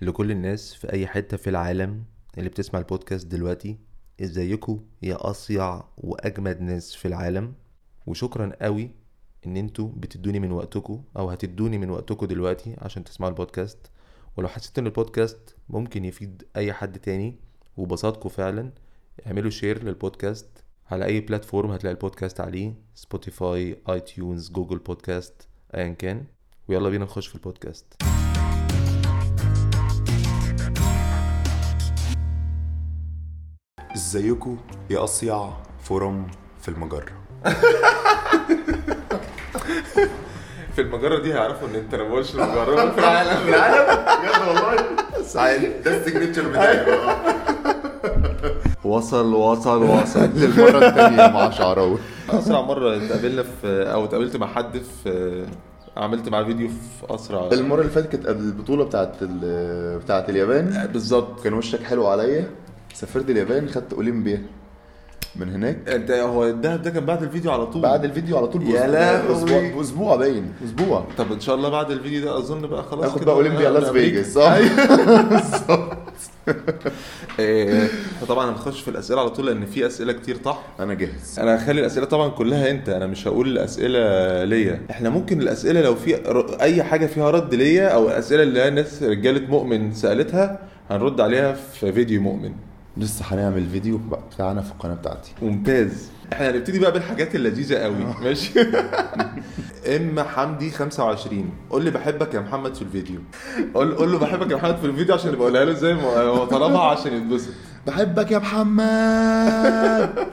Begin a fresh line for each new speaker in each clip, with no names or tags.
لكل الناس في أي حتة في العالم اللي بتسمع البودكاست دلوقتي ازيكم يا أصيع وأجمد ناس في العالم وشكرا قوي إن انتوا بتدوني من وقتكم أو هتدوني من وقتكم دلوقتي عشان تسمعوا البودكاست ولو حسيت إن البودكاست ممكن يفيد أي حد تاني وبساطكم فعلا اعملوا شير للبودكاست على أي بلاتفورم هتلاقي البودكاست عليه سبوتيفاي اي تيونز جوجل بودكاست أيا كان ويلا بينا نخش في البودكاست
ازيكم يا اصيع فرم في المجره
في المجرة دي هيعرفوا ان انت انا بقولش المجرة في العالم
بجد والله سعيد ده السيجنتشر بتاعي وصل وصل وصل للمره الثانيه مع شعراوي
اسرع مرة اتقابلنا في او اتقابلت مع حد في عملت معاه فيديو في اسرع
المره اللي فاتت كانت قبل البطوله بتاعت ال- بتاعت اليابان
بالظبط
كان وشك حلو عليا سافرت اليابان خدت اولمبيا من هناك
انت هو الدهب ده كان بعد الفيديو على طول
بعد الفيديو على طول
يا
بأسبوع-
لهوي.
بأسبوع- باسبوع باين اسبوع
طب ان شاء الله بعد الفيديو ده اظن بقى خلاص
اخد
كده
بقى اولمبيا
أنا-
لاس
أنا أمريكا. أيوه.
فيجاس صح
إيه، فطبعا هنخش في الاسئله على طول لان في اسئله كتير طح
انا جاهز
انا هخلي الاسئله طبعا كلها انت انا مش هقول الاسئله ليا احنا ممكن الاسئله لو في ر- اي حاجه فيها رد ليا او اسئله اللي هي ناس رجاله مؤمن سالتها هنرد عليها في فيديو مؤمن
لسه هنعمل فيديو بقى بتاعنا في القناه بتاعتي
ممتاز احنا هنبتدي بقى بالحاجات اللذيذه قوي
آه.
ماشي اما حمدي 25 قول لي بحبك يا محمد في الفيديو قول قول له بحبك يا محمد في الفيديو عشان يبقى قولها له زي ما هو طلبها عشان يتبسط
بحبك يا محمد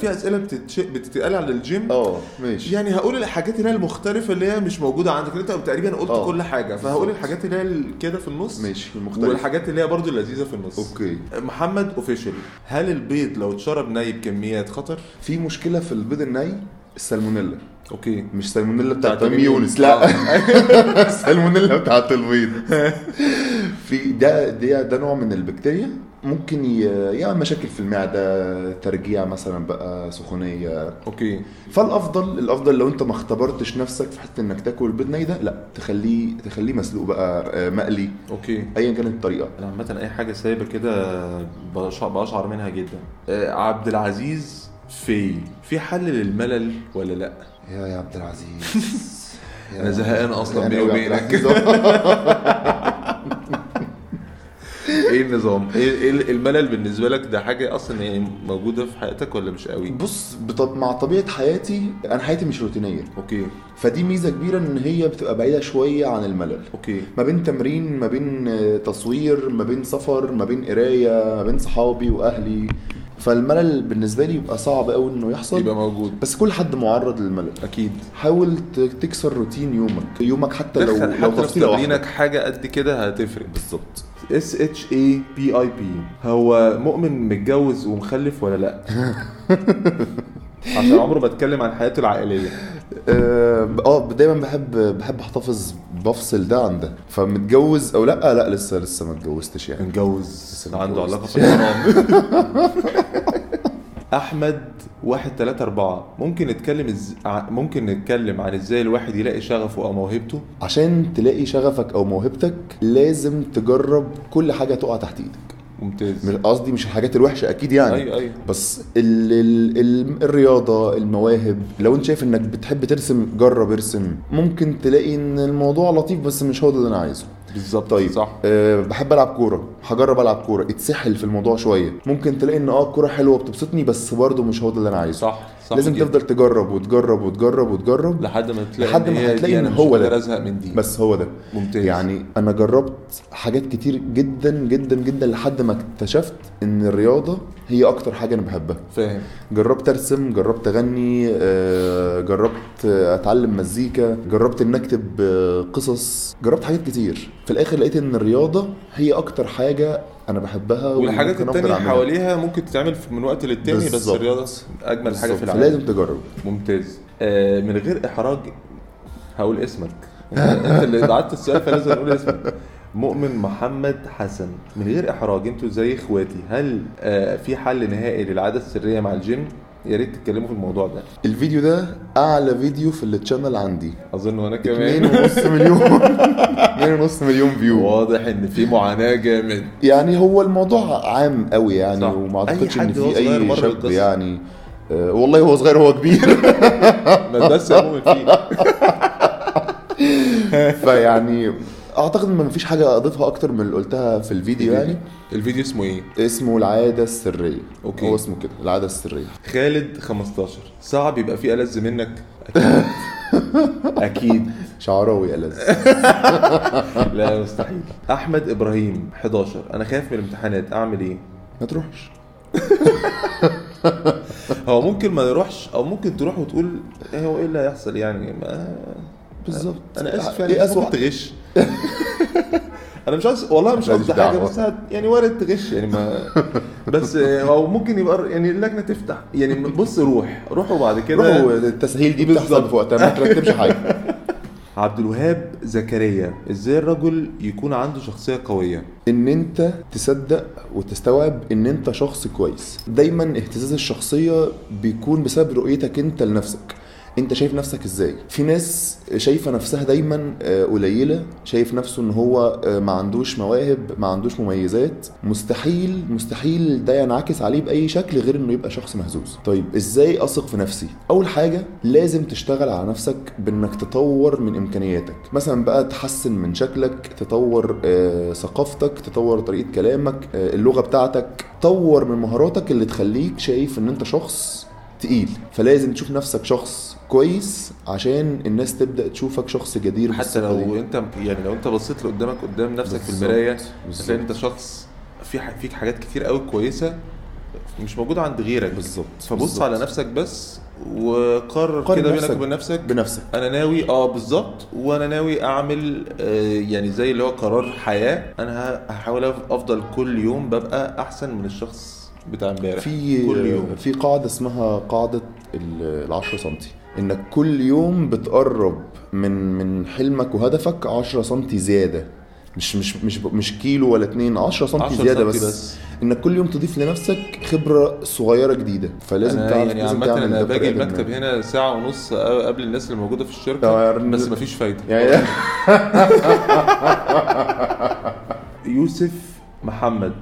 في اسئله بتتش... بتتقال على الجيم
اه ماشي
يعني هقول الحاجات اللي هي المختلفه اللي هي مش موجوده عندك انت تقريبا قلت
اه.
أوه. كل حاجه فهقول الحاجات اللي هي ال- كده في النص
ماشي المختلف
والحاجات اللي هي برضو اللذيذه في النص
اوكي
محمد اوفيشال هل البيض لو اتشرب ناي بكميات خطر؟
في مشكله في البيض الني السالمونيلا
اوكي
مش سالمونيلا بتاعت
بتاعت
تميم
تميم
يونس لا السالمونيلا بتاعت البيض في ده ده ده نوع من البكتيريا ممكن ي- يعمل مشاكل في المعده ترجيع مثلا بقى سخونيه
اوكي
فالافضل الافضل لو انت ما اختبرتش نفسك في حته انك تاكل البيض ني ده لا تخليه تخليه مسلوق بقى آه، مقلي
اوكي
ايا كانت الطريقه
انا عامه اي حاجه سايبه كده بش- بشعر منها جدا آه، عبد العزيز في في حل للملل ولا لا؟
يا يا عبد العزيز يا
أنا زهقان أصلاً
زهقان
بيني
أوي يا عبد
وبينك.
العزيز.
ايه النظام؟ ايه إيه الملل بالنسبه لك ده حاجه اصلا يعني موجوده في حياتك ولا مش قوي؟
بص بطب مع طبيعه حياتي انا حياتي مش روتينيه
اوكي
فدي ميزه كبيره ان هي بتبقى بعيده شويه عن الملل
اوكي
ما بين تمرين ما بين آه، تصوير ما بين سفر ما بين قرايه ما بين صحابي واهلي فالملل بالنسبه لي بيبقى صعب قوي انه
يبقى
يحصل
موجود
بس كل حد معرض للملل
اكيد
حاول ت- تكسر روتين يومك يومك حتى لو
دخل حتى لو في
تفصيلة واحدة.
تمرينك حاجه قد كده هتفرق بالظبط اس اتش اي بي اي بي هو مؤمن متجوز ومخلف ولا لا؟ عشان عمره ما اتكلم عن حياته العائليه
اه آه، دايما بحب بحب احتفظ بفصل ده عن ده فمتجوز او لا لا لسه لسه ما اتجوزتش يعني
متجوز
لسه
عنده
متجوز.
علاقه في الحرام احمد واحد تلاتة أربعة ممكن نتكلم إز... ع- ممكن نتكلم عن ازاي الواحد يلاقي شغفه او موهبته
عشان تلاقي شغفك او موهبتك لازم تجرب كل حاجه تقع تحت ايدك
ممتاز
مش- قصدي مش الحاجات الوحشه اكيد يعني
ايوه ايوه
بس ال ال ال الرياضه المواهب لو انت شايف انك بتحب ترسم جرب ارسم ممكن تلاقي ان الموضوع لطيف بس مش هو ده اللي انا عايزه
بالظبط
طيب
صح
أه بحب العب كوره هجرب العب كوره اتسحل في الموضوع شويه ممكن تلاقي ان اه الكوره حلوه بتبسطني بس برضه مش هو ده اللي انا عايزه
صح صح
لازم
جداً.
تفضل تجرب وتجرب وتجرب وتجرب
لحد ما تلاقي
لحد
إن
ما
هي
هتلاقي
دي
إن
أنا مش
هو ده.
قادر ازهق من دي
بس هو ده
ممتاز
يعني انا جربت حاجات كتير جدا جدا جدا لحد ما اكتشفت ان الرياضه هي اكتر حاجه انا بحبها
فاهم
جربت ارسم جربت اغني آه، جربت آه، اتعلم مزيكا جربت ان اكتب آه، قصص جربت حاجات كتير في الاخر لقيت ان الرياضه هي اكتر حاجه انا بحبها
والحاجات
وممكن أفضل
التانية
أعملها.
حواليها ممكن تتعمل في- من وقت للتاني بس
بالظبط.
الرياضة أجمل حاجة في
بالظبط.
العالم
فلازم تجرب
ممتاز آه من غير إحراج هقول اسمك أنت- أنت اللي بعت السؤال فلازم أقول اسمك مؤمن محمد حسن من غير إحراج أنتوا زي إخواتي هل آه في حل نهائي للعادة السرية مع الجيم يا ريت تتكلموا في الموضوع ده
الفيديو ده اعلى فيديو في التشانل عندي
اظن وانا
اتنين
كمان
ونص مليون اتنين ونص مليون فيو
واضح ان في معاناه جامد
يعني هو الموضوع عام قوي يعني
صح.
وما
أي
اعتقدش ان
حد وهو
في
صغير
اي
بره
شاب
القصة.
يعني آه، والله هو صغير هو كبير
ما تبس مؤمن فيه
فيعني اعتقد ان مفيش حاجه اضيفها اكتر من اللي قلتها في
إيه؟
الفيديو يعني
الفيديو اسمه ايه؟
اسمه العاده السريه
أوكي.
هو اسمه كده العاده السريه
خالد 15 صعب يبقى فيه ألذ منك اكيد اكيد
شعراوي ألذ
لا مستحيل احمد ابراهيم 11 انا خايف من الامتحانات اعمل ايه
ما تروحش
هو ممكن ما يروحش او ممكن تروح وتقول إيه هو ايه اللي هيحصل يعني ما
بالظبط
انا اسف يعني
ايه
مش
اسوء
ممكن تغش انا مش عايز والله مش
ماليش
قصدي حاجه
دعوة.
بس هت- يعني وارد تغش يعني ما بس آه، او ممكن يبقى يعني اللجنه تفتح يعني بص روح روح وبعد كده
روحوا التسهيل دي بتحصل
بالظبط.
في وقتها ما ترتبش حاجه
عبد الوهاب زكريا ازاي الرجل يكون عنده شخصيه قويه
ان انت تصدق وتستوعب ان انت شخص كويس دايما اهتزاز الشخصيه بيكون بسبب رؤيتك انت لنفسك انت شايف نفسك ازاي في ناس شايفه نفسها دايما آه، قليله شايف نفسه ان هو آه، ما عندوش مواهب ما عندوش مميزات مستحيل مستحيل ده ينعكس عليه باي شكل غير انه يبقى شخص مهزوز طيب ازاي اثق في نفسي اول حاجه لازم تشتغل على نفسك بانك تطور من امكانياتك مثلا بقى تحسن من شكلك تطور آه، ثقافتك تطور طريقه كلامك آه، اللغه بتاعتك طور من مهاراتك اللي تخليك شايف ان انت شخص تقيل فلازم تشوف نفسك شخص كويس عشان الناس تبدا تشوفك شخص جدير
حتى
بالثقة دي.
لو انت يعني لو انت بصيت لقدامك قدام نفسك في
بالظبط،
المرايه
بالظبط.
هتلاقي انت شخص في ح- فيك حاجات كتير قوي كويسه مش موجوده عند غيرك
بالظبط
فبص
بالظبط.
على نفسك بس وقرر
قرر
كده بينك
نفسك.
وبين نفسك
بنفسك
انا ناوي اه بالظبط وانا ناوي اعمل آه يعني زي اللي هو قرار حياه انا ه- هحاول أف- افضل كل يوم ببقى احسن من الشخص بتاع امبارح
في
كل يوم
في قاعده اسمها قاعده ال 10 سم انك كل يوم بتقرب من من حلمك وهدفك 10 سم زياده مش مش مش مش كيلو ولا اتنين 10 سم
10
زياده
سم
بس, بس
بس.
انك كل يوم تضيف لنفسك خبره صغيره جديده فلازم
أنا
تعرف
يعني
لازم
عامة
تعمل يعني.
انا
ده
باجي
بطريقة ما.
المكتب هنا ساعة ونص قبل الناس اللي موجودة في الشركة
يعني-
بس مفيش فايدة
يعني يعني
يوسف محمد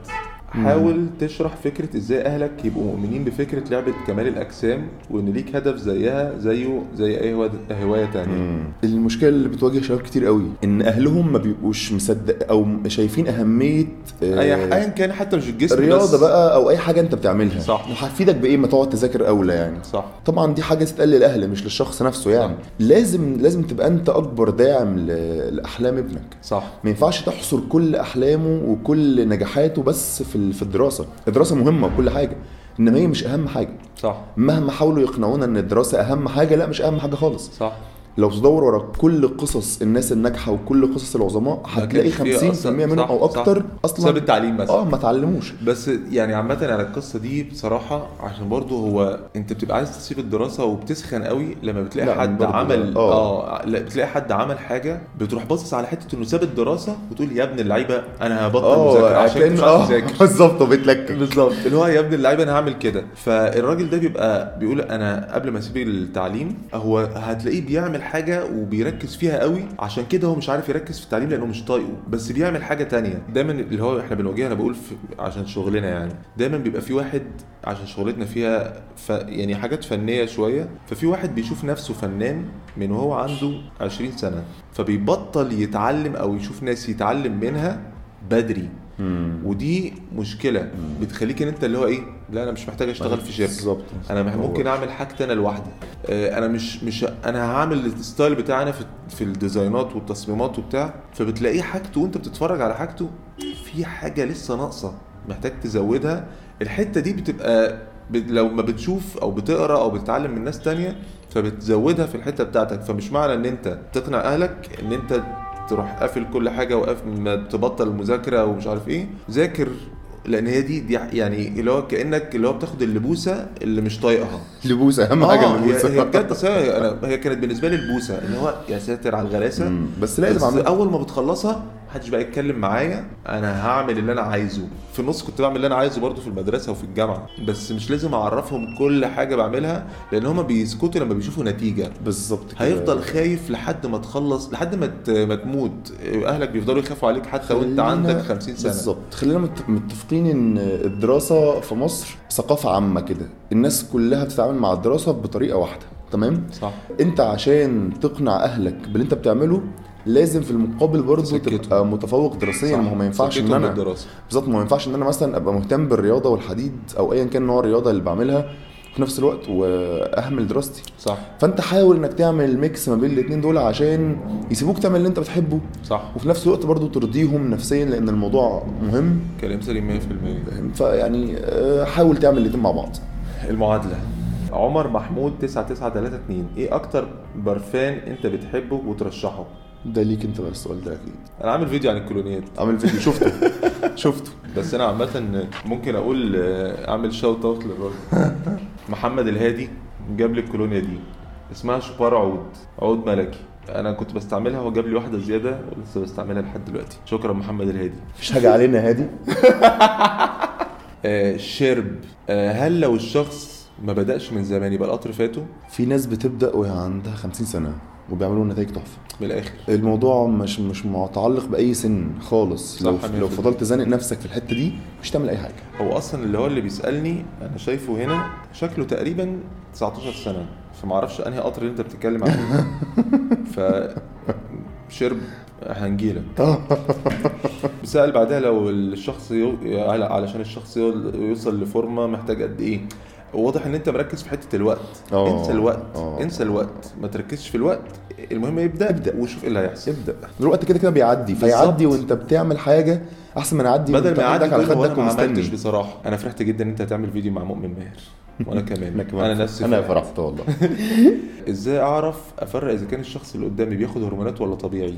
حاول تشرح فكرة ازاي اهلك يبقوا مؤمنين بفكرة لعبة كمال الاجسام وان ليك هدف زيها زيه زي اي هوا- هواية تانية
المشكله اللي بتواجه شباب كتير قوي ان اهلهم ما بيبقوش مصدق او شايفين اهميه آه،
اي ايا كان حتى مش الجسم بس.
الرياضه بقى او اي حاجه انت بتعملها
صح.
هتفيدك بايه ما تقعد تذاكر اولى يعني
صح
طبعا دي حاجه تتقال للاهل مش للشخص نفسه يعني لازم لازم تبقى انت اكبر داعم ل- لاحلام ابنك
صح
ما ينفعش تحصر كل احلامه وكل نجاحاته بس في ال- في الدراسه الدراسه مهمه وكل حاجه انما هي مش اهم حاجه
صح
مهما حاولوا يقنعونا ان الدراسه اهم حاجه لا مش اهم حاجه خالص
صح
لو تدور ورا كل قصص الناس الناجحه وكل قصص العظماء هتلاقي
كانش فيها
50%
أصلاً-
منهم
صح،
او
صح.
اكتر اصلا
بسبب التعليم بس
اه ما اتعلموش
بس يعني عامة على القصة دي بصراحة عشان برضو هو انت بتبقى عايز تسيب الدراسة وبتسخن قوي لما
لا،
بتلاقي حد
برضو
عمل
لا. آه.
اه لا بتلاقي حد عمل حاجة بتروح باصص على حتة انه ساب الدراسة وتقول يا ابن اللعيبة انا هبطل
اه
مذاكرة عشان
كان
مش
اه
عارف اذاكر
بالظبط وبتلكك
بالظبط اللي هو يا ابن اللعيبه انا هعمل كده فالراجل ده بيبقى بيقول انا قبل ما اسيب التعليم هو هتلاقيه بيعمل حاجه وبيركز فيها قوي عشان كده هو مش عارف يركز في التعليم لانه مش طايقه بس بيعمل حاجه تانية دايما اللي هو احنا بنواجهها انا بقول في عشان شغلنا يعني دايما بيبقى في واحد عشان شغلتنا فيها ف يعني حاجات فنيه شويه ففي واحد بيشوف نفسه فنان من وهو عنده 20 سنه فبيبطل يتعلم او يشوف ناس يتعلم منها بدري ودي مشكله بتخليك ان انت اللي هو ايه لا انا مش محتاج اشتغل في شركه
بالظبط
انا مح-
هو-
ممكن اعمل حاجتي انا لوحدي آه، انا مش مش انا هعمل الستايل بتاعي انا في في الديزاينات والتصميمات وبتاع فبتلاقيه حاجته وانت بتتفرج على حاجته في حاجه لسه ناقصه محتاج تزودها الحته دي بتبقى ب- لو ما بتشوف او بتقرا او بتتعلم من ناس تانية فبتزودها في الحته بتاعتك فمش معنى ان انت تقنع اهلك ان انت تروح قافل كل حاجه وقاف ما تبطل المذاكره ومش عارف ايه ذاكر لان هي دي, دي يعني اللي هو كانك اللي هو بتاخد اللبوسه اللي مش طايقها
لبوس اهم
آه،
حاجه
هي-
اللبوس
هي بجد أصل هي انا هي كانت بالنسبه لي البوسه اللي هو يا ساتر على الغلاسه
مم. بس لازم
بس
اعمل
اول ما بتخلصها محدش بقى يتكلم معايا انا هعمل اللي انا عايزه في النص كنت بعمل اللي انا عايزه برضه في المدرسه وفي الجامعه بس مش لازم اعرفهم كل حاجه بعملها لان هما بيسكتوا لما بيشوفوا نتيجه
بالظبط كده.
هيفضل خايف لحد ما تخلص لحد ما ت- ما تموت اهلك بيفضلوا يخافوا عليك حتى وانت
خلينا-
عندك 50 سنه
بالظبط خلينا مت- متفقين ان الدراسه في مصر ثقافه عامه كده الناس كلها بتتعامل مع الدراسه بطريقه واحده تمام
صح
انت عشان تقنع اهلك باللي انت بتعمله لازم في المقابل برضه
تسكتهم.
تبقى متفوق دراسيا ما هو ما ينفعش ان انا
الدراسه
بالظبط ما ينفعش ان انا مثلا ابقى مهتم بالرياضه والحديد او ايا كان نوع الرياضه اللي بعملها في نفس الوقت واهمل دراستي
صح
فانت حاول انك تعمل ميكس ما بين الاثنين دول عشان يسيبوك تعمل اللي انت بتحبه
صح
وفي نفس الوقت برضو ترضيهم نفسيا لان الموضوع مهم
كلام سليم 100%
فيعني آه، حاول تعمل الاتنين مع بعض
المعادله عمر محمود 9932 ايه اكتر برفان انت بتحبه وترشحه
ده ليك انت بقى السؤال ده اكيد
انا عامل فيديو عن الكولونيات
عامل فيديو شفته شفته
بس انا عامه ممكن اقول آه، اعمل شوت اوت للراجل محمد الهادي جاب لي الكولونيا دي اسمها شبار عود عود ملكي انا كنت بستعملها هو جاب لي واحده زياده ولسه بستعملها لحد دلوقتي شكرا محمد الهادي
مفيش حاجه علينا هادي
آه شرب آه هل لو الشخص ما بدأش من زمان يبقى القطر فاته
في ناس بتبدا وهي عندها 50 سنه وبيعملوا نتائج تحفه
من الاخر
الموضوع مش مش متعلق باي سن خالص
صح،
لو
مية في
لو
المية.
فضلت زانق نفسك في الحته دي مش هتعمل اي حاجه
هو اصلا اللي هو اللي بيسألني انا شايفه هنا شكله تقريبا 19 سنه فما اعرفش انهي قطر اللي انت بتتكلم عنه ف شرب هنجيلك بسأل بعدها لو الشخص يو... على- علشان الشخص يو- يوصل لفورمه محتاج قد ايه واضح ان انت مركز في حته الوقت
آه.
انسى الوقت
آه.
انسى الوقت ما تركزش في الوقت المهم ابدا ابدا وشوف ايه اللي هيحصل
ابدا الوقت كده كده بيعدي فيعدي وانت بتعمل حاجه احسن من يعدي
بدل
وانت
ما
عندك
يعدي
على
تقول هو انا
خدك
ما عملتش
ومستني
بصراحه انا فرحت جدا ان انت هتعمل فيديو مع مؤمن ماهر وانا كمان انا نفسي
انا
فرحت.
فرحت والله
ازاي اعرف افرق اذا كان الشخص اللي قدامي بياخد هرمونات ولا طبيعي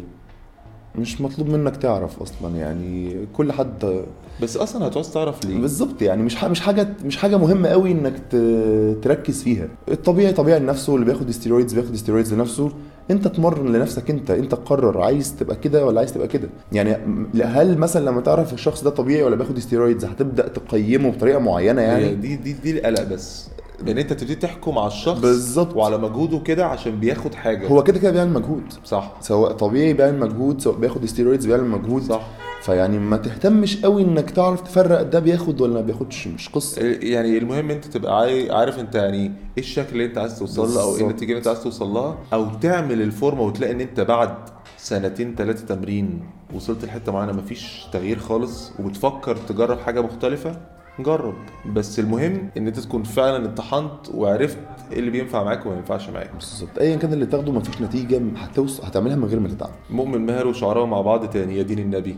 مش مطلوب منك تعرف اصلا يعني كل حد
بس اصلا هتعوز تعرف ليه
بالظبط يعني مش ح- مش حاجه مش حاجه مهمه قوي انك ت- تركز فيها الطبيعي طبيعي لنفسه اللي بياخد ستيرويدز بياخد ستيرويدز لنفسه انت تمرن لنفسك انت انت تقرر عايز تبقى كده ولا عايز تبقى كده يعني م- هل مثلا لما تعرف الشخص ده طبيعي ولا بياخد ستيرويدز هتبدا تقيمه بطريقه معينه
يعني
يعني
دي دي دي القلق بس ان انت تبتدي تحكم على الشخص
بالظبط.
وعلى مجهوده كده عشان بياخد حاجه
هو كده كده بيعمل مجهود
صح
سواء طبيعي بيعمل مجهود سواء بياخد ستيرويدز بيعمل مجهود
صح
فيعني ما تهتمش قوي انك تعرف تفرق ده بياخد ولا ما بياخدش مش قصه
يعني المهم انت تبقى عاي- عارف انت يعني ايه الشكل اللي انت عايز توصل له او ايه
بالظبط.
النتيجه اللي انت عايز توصل لها او تعمل الفورمه وتلاقي ان انت بعد سنتين ثلاثه تمرين وصلت لحته معينه مفيش تغيير خالص وبتفكر تجرب حاجه مختلفه جرب بس المهم ان انت تكون فعلا اتطحنت وعرفت ايه اللي بينفع معاك وما ينفعش معاك
بالظبط ايا كان اللي تاخده مفيش نتيجه هتوصل هتعملها من غير ما تتعب
مؤمن ماهر وشعراوي مع بعض تاني يا دين النبي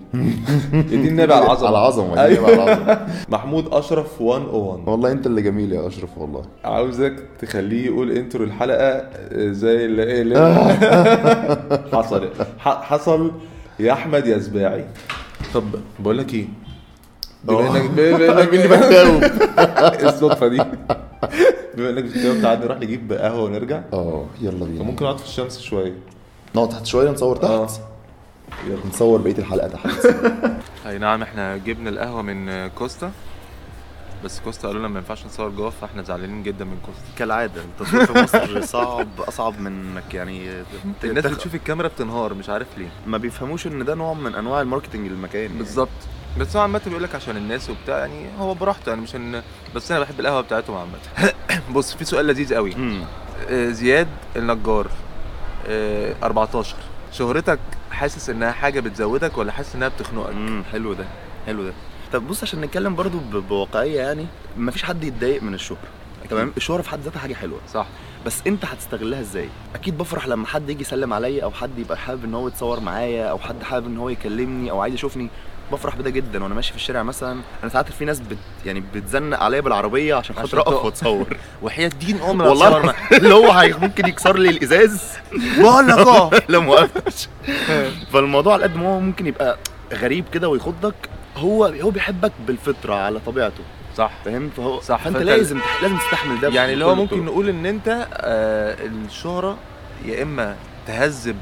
يا دين النبي على العظمه
على العظمه
أيوة.
أيوة. على العظمه
محمود اشرف 101
والله انت اللي جميل يا اشرف والله
عاوزك تخليه يقول انترو الحلقه زي اللي ايه اللي حصل ح- حصل يا احمد يا زباعي طب بقول لك ايه بما
أوه.
انك بما
اللي
انك
بتجاوب
الصدفه دي بما انك بتجاوب تعالى نروح نجيب قهوه ونرجع
اه يلا بينا
ممكن اقعد في الشمس شويه
نقعد تحت شويه نصور
آه.
تحت
يلا
نصور بقيه الحلقه تحت
اي نعم احنا جبنا القهوه من كوستا بس كوستا قالوا لنا ما ينفعش نصور جوه فاحنا زعلانين جدا من كوستا
كالعاده التصوير في مصر صعب اصعب من انك يعني ت-
الناس
تخ-
بتشوف الكاميرا بتنهار مش عارف ليه
ما بيفهموش ان ده نوع من انواع الماركتنج للمكان يعني.
بالظبط بس هو عامة بيقول لك عشان الناس وبتاع يعني هو براحته يعني مش ان بس انا بحب القهوه بتاعتهم عامة بص في سؤال لذيذ قوي
مم.
آه، زياد النجار آه، 14 شهرتك حاسس انها حاجه بتزودك ولا حاسس انها بتخنقك؟
مم. حلو ده حلو ده طب بص عشان نتكلم برضو ب- بواقعيه يعني ما فيش حد يتضايق من الشهره تمام الشهره في حد ذاتها حاجه حلوه
صح
بس انت هتستغلها ازاي اكيد بفرح لما حد يجي يسلم عليا او حد يبقى حابب ان هو يتصور معايا او حد حابب ان هو يكلمني او عايز يشوفني بفرح بده جدا وانا ماشي في الشارع مثلا انا ساعات في ناس بت يعني بتزنق عليا بالعربيه عشان
عشان
خاطر اقف
تقف.
واتصور
وحياة دين ام
والله العظيم اللي هو هي- ممكن يكسر لي الازاز
بقول لك اه
لو ما وقفتش فالموضوع على قد ما هو ممكن يبقى غريب كده ويخضك هو هو بيحبك بالفطره على طبيعته
صح
فاهم فهو
صح،
فانت
فأنت-
لازم لازم تستحمل ده
يعني اللي هو
بكل
ممكن
الطرق.
نقول ان انت آه الشهره يا اما تهذب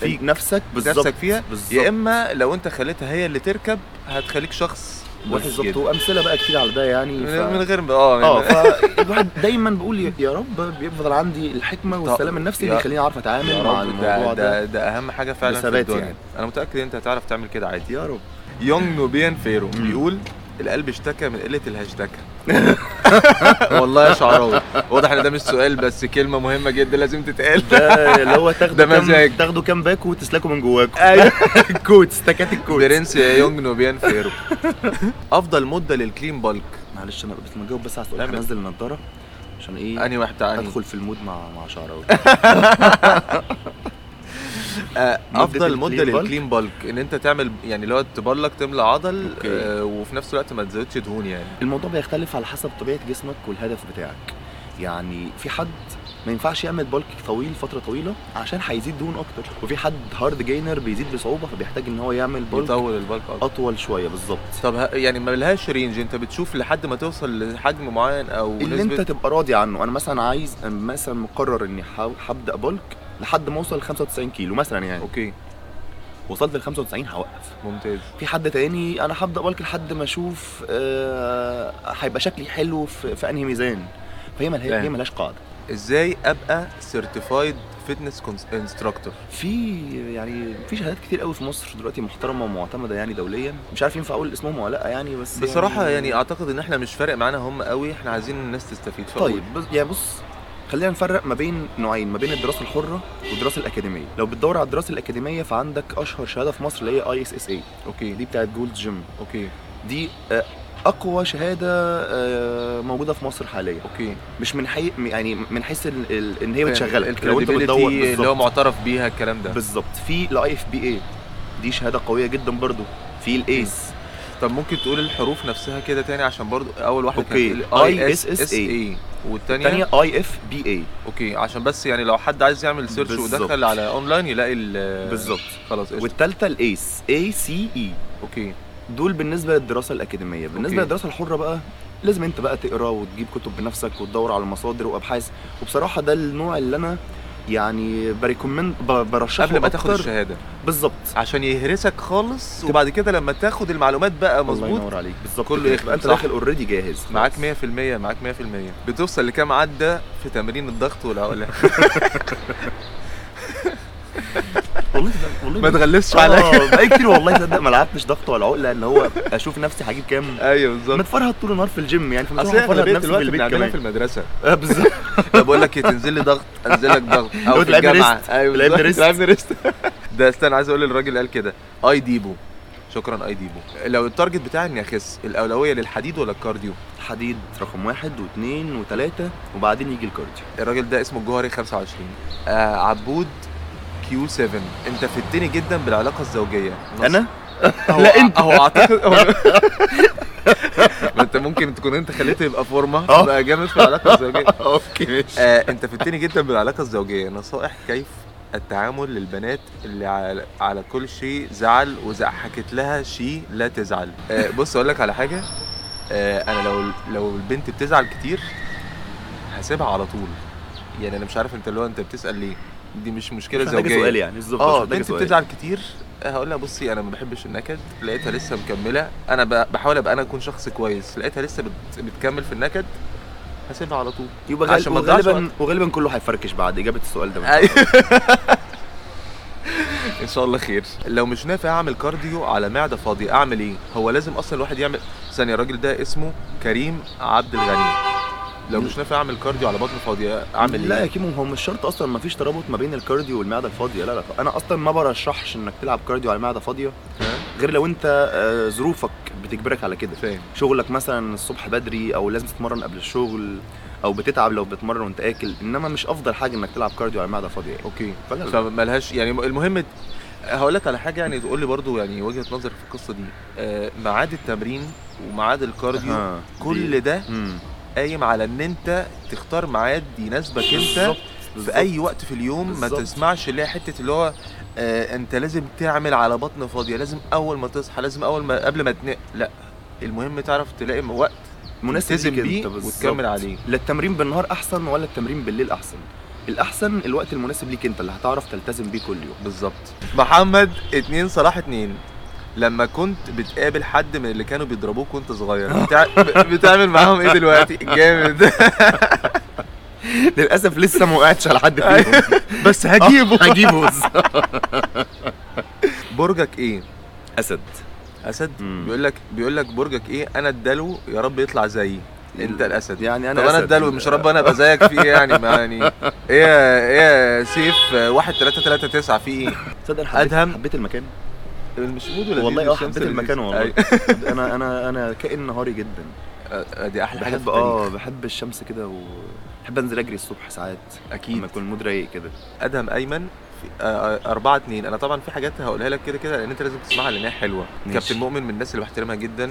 فيك
يعني نفسك بالظبط
نفسك فيها
بالظبط
يا اما لو انت خليتها هي اللي تركب هتخليك شخص وحش
بالظبط
جدا
وامثله بقى كتير على ده يعني
من
ف...
من غير ما-
آه،
اه
اه
يعني-
فالواحد دايما بيقول يا- يا رب بيفضل عندي الحكمه والسلام النفسي اللي
يا-
يخليني اعرف اتعامل
يا
مع
رب
الموضوع ده
ده, ده ده اهم حاجه فعلا في
بثبات
الدنيا
يعني.
يعني. انا متاكد ان انت هتعرف تعمل كده عادي
يا رب
يونغ نوبيان فيرو بيقول القلب اشتكى من قله الهشتكه والله يا شعراوي واضح ان ده مش سؤال بس كلمه مهمه جدا لازم تتقال
ده اللي هو تاخده
ده
كام
مزاج.
تاخده كام باك وتسلكه من جواكوا
ايوه
كوت استكات الكوت
برنس يونغ نوبيان فيرو افضل مده للكلين بالك
معلش انا بس ما جاوب بس على السؤال
لا، بس-
هنزل النضاره عشان ايه
انهي واحد تعالى
ادخل في المود مع مع شعراوي
آه،
مدة
افضل
الكلين
مده
بالك؟
للكلين بالك ان انت تعمل يعني اللي هو تبلك تملى عضل
أوكي.
آه وفي نفس الوقت ما تزودش دهون يعني
الموضوع بيختلف على حسب طبيعه جسمك والهدف بتاعك يعني في حد ما ينفعش يعمل بالك طويل فتره طويله عشان هيزيد دهون اكتر وفي حد هارد جينر بيزيد بصعوبه فبيحتاج ان هو يعمل بالك
يطول البالك اكتر
اطول شويه بالظبط
طب ه- يعني ما لهاش رينج انت بتشوف لحد ما توصل لحجم معين او
اللي
نسبة-
انت تبقى راضي عنه انا مثلا عايز أنا مثلا مقرر اني حاو- هبدا بالك لحد ما اوصل ل 95 كيلو مثلا يعني
اوكي
وصلت ل 95 هوقف
ممتاز
في حد تاني انا هبدا بالك لحد ما اشوف آه، هيبقى شكلي حلو في, في انهي ميزان فهي ملهاش
فاهم.
هي ملهاش قاعده
ازاي ابقى سيرتيفايد فيتنس انستراكتور
في يعني في شهادات كتير قوي في مصر دلوقتي محترمه ومعتمده يعني دوليا مش عارف ينفع اقول اسمهم ولا لا يعني بس
بصراحة يعني اعتقد ان احنا مش فارق معانا هم قوي احنا عايزين الناس تستفيد فقول.
طيب بص يعني بص خلينا نفرق ما بين نوعين ما بين الدراسه الحره والدراسه الاكاديميه لو بتدور على الدراسه الاكاديميه فعندك اشهر شهاده في مصر اللي هي اي اس اس اي
اوكي
يعني دي بتاعت جولد جيم
اوكي
دي آه، اقوى شهاده آه، موجوده في مصر حاليا
اوكي
مش من حي... يعني من حيث ال... ال... ان هي بتشغلك لو انت
الكريديبيليتي
بتدور
يعني اللي هو
بالظبط
معترف بيها الكلام ده
بالظبط في الاي اف بي اي دي شهاده قويه جدا برضو في الايس
طب ممكن تقول الحروف نفسها كده تاني عشان برضو اول واحده
اوكي.
كانت
ISSA.
والتانية
الثانيه اي اف بي اي
اوكي عشان بس يعني لو حد عايز يعمل سيرش
بالظبط.
ودخل على اونلاين يلاقي ال-
بالظبط
خلاص قشطة.
والثالثه الايس اي سي اي
اوكي
E. دول بالنسبه للدراسه الاكاديميه بالنسبه
أوكي.
للدراسه الحره بقى لازم انت بقى تقرا وتجيب كتب بنفسك وتدور على مصادر وابحاث وبصراحه ده النوع اللي انا يعني بريكومند ب- برشحه
قبل ما تاخد
أكتر.
الشهاده
بالظبط
عشان يهرسك خالص وبعد كده لما تاخد المعلومات بقى
الله
مظبوط
ينور عليك بالظبط
كله
كله
يخدم،
يبقى انت
صح.
داخل اوريدي جاهز
معاك 100%
خلاص.
معاك 100% بتوصل لكام عدة في تمرين الضغط والعقلة
والله ده- والله
ما
ده-
تغلسش عليا
اه بقى كتير والله تصدق ما لعبتش ضغط ولا عقله ان هو اشوف نفسي هجيب كام
ايوه بالظبط
متفرهد طول النهار في الجيم يعني فمش
اصل
هعرف افرهد
اغلبية
نفسي في
الوقت
البيت
بنعملها في
كمان
المدرسة
آه، بالظبط
طب بقول لك ايه تنزل لي ضغط انزل لك ضغط او في
لعبنا
الجامعة
ريست.
ايوه
لعبنا
بالظبط.
ريست.
لعبنا ريست ده استنى عايز اقول للراجل قال كده اي ديبو شكرا اي ديبو لو التارجت بتاعي اني اخس الاولويه للحديد ولا الكارديو
حديد رقم واحد واثنين وثلاثه وبعدين يجي الكارديو
الراجل ده اسمه الجوهري 25 آه عبود كيو 7 انت فدتني جدا بالعلاقه الزوجيه نص-
انا
هو
لا انت.
هو اعتقد هو ما انت ممكن تكون انت خليته يبقى فورمه
اه.
بقى جامد في العلاقه الزوجيه
اوكي ماشي
آه انت فدتني جدا بالعلاقه الزوجيه نصائح كيف التعامل للبنات اللي على, على كل شيء زعل وزع حكيت لها شيء لا تزعل آه بص اقول لك على حاجه آه انا لو لو البنت بتزعل كتير هسيبها على طول يعني انا مش عارف انت اللي هو انت بتسال ليه دي مش مشكله زوجيه
سؤال يعني بالظبط
اه
مش محتاجة
بنت
سؤال.
بتزعل كتير آه، هقول لها بصي انا ما بحبش النكد لقيتها لسه مكمله انا ب- بحاول ابقى انا اكون شخص كويس لقيتها لسه بت... بتكمل في النكد هسيبها على طول
يبقى غال-
عشان ما آه، تضيعش
وغالبا وغالبا كله هيفركش بعد اجابه السؤال ده
ان شاء الله خير لو مش نافع اعمل كارديو على معده فاضيه اعمل ايه هو لازم اصلا الواحد يعمل ثانيه الراجل ده اسمه كريم عبد الغني لو مش نافع اعمل كارديو على بطن فاضيه اعمل
لا يا
ايه
كيمو هو مش شرط اصلا ما فيش ترابط ما بين الكارديو والمعده الفاضيه لا لا انا اصلا ما برشحش انك تلعب كارديو على معده فاضيه غير لو انت آه، ظروفك بتجبرك على كده
فاهم
شغلك مثلا الصبح بدري او لازم تتمرن قبل الشغل او بتتعب لو بتتمرن وانت اكل انما مش افضل حاجه انك تلعب كارديو على معده فاضيه يعني.
اوكي
فلا لا
فملهاش يعني المهم هقول لك على حاجه يعني تقول لي برضو يعني وجهه نظرك في القصه دي آه، ميعاد التمرين وميعاد الكارديو
أها، دي-
كل ده
مم.
قايم على ان انت تختار ميعاد يناسبك انت
بالظبط، بالظبط.
في اي وقت في اليوم ما
بالظبط.
تسمعش اللي هي حته اللي هو آه، انت لازم تعمل على بطن فاضيه لازم اول ما تصحى لازم اول ما قبل ما تنام لا المهم تعرف تلاقي وقت
مناسب
تلتزم
ليك انت
بيه
بالظبط.
وتكمل عليه
لا التمرين بالنهار احسن ولا التمرين بالليل احسن الاحسن الوقت المناسب ليك انت اللي هتعرف تلتزم بيه كل يوم
بالظبط محمد اتنين صلاح اتنين لما كنت بتقابل حد من اللي كانوا بيضربوك وانت صغير بتع... بتعمل معاهم ايه دلوقتي جامد
للاسف لسه ما وقعتش على حد فيهم
بس
أيوه. آه، هجيبه
برجك ايه
اسد
اسد
مم.
بيقول لك بيقول لك برجك ايه انا الدلو يا رب يطلع زيي انت الاسد
يعني انا
طب انا
أسد.
الدلو مش رب انا ابقى زيك في ايه يعني ما يعني ايه ايه يا سيف 1 3 3 9 في ايه
تصدق أنا حبيت-
أدهم.
حبيت المكان
المشمود ولا
والله اه حبيت المكان والله انا انا انا كائن نهاري جدا
دي احلى حاجه
أيوة. بحب
في التاريخ.
اه بحب الشمس كده وبحب انزل اجري الصبح ساعات
اكيد
آه، لما يكون المود رايق كده
ادهم ايمن في آه، 4 2 انا طبعا في حاجات هقولها لك كده كده لان انت لازم تسمعها لان هي حلوه
ماشي.
كابتن مؤمن من الناس اللي بحترمها جدا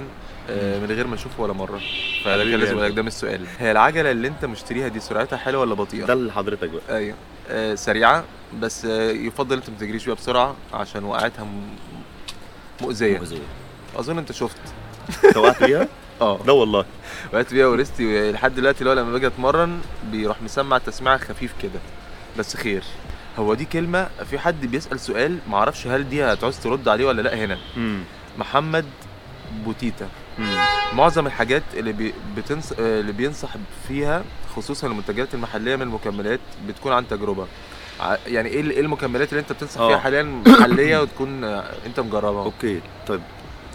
آه، من غير ما اشوفه ولا مره فده
حبيبي يعني.
كان لازم
يا
اقول لك ده مش السؤال هي العجله اللي انت مشتريها دي سرعتها حلوه ولا بطيئه
ده اللي حضرتك بقى
ايوه آه، سريعه بس آه، يفضل انت ما تجريش بيها بسرعه عشان وقعتها م- مؤذيه
مؤذية.
اظن انت شفت
أنت وقعت بيها؟
اه
لا والله
وقعت بيها ورستي لحد دلوقتي لو لما باجي اتمرن بيروح مسمع تسميعه خفيف كده بس خير هو دي كلمه في حد بيسال سؤال معرفش هل دي هتعوز ترد عليه ولا لا هنا
امم
محمد بوتيتا
امم
معظم الحاجات اللي بي بتنص... آه، اللي بينصح فيها خصوصا المنتجات المحليه من المكملات بتكون عن تجربه ع- يعني ايه ال- إيه المكملات اللي انت بتنصح فيها
آه.
حاليا محليه وتكون آه، انت مجربها
اوكي طيب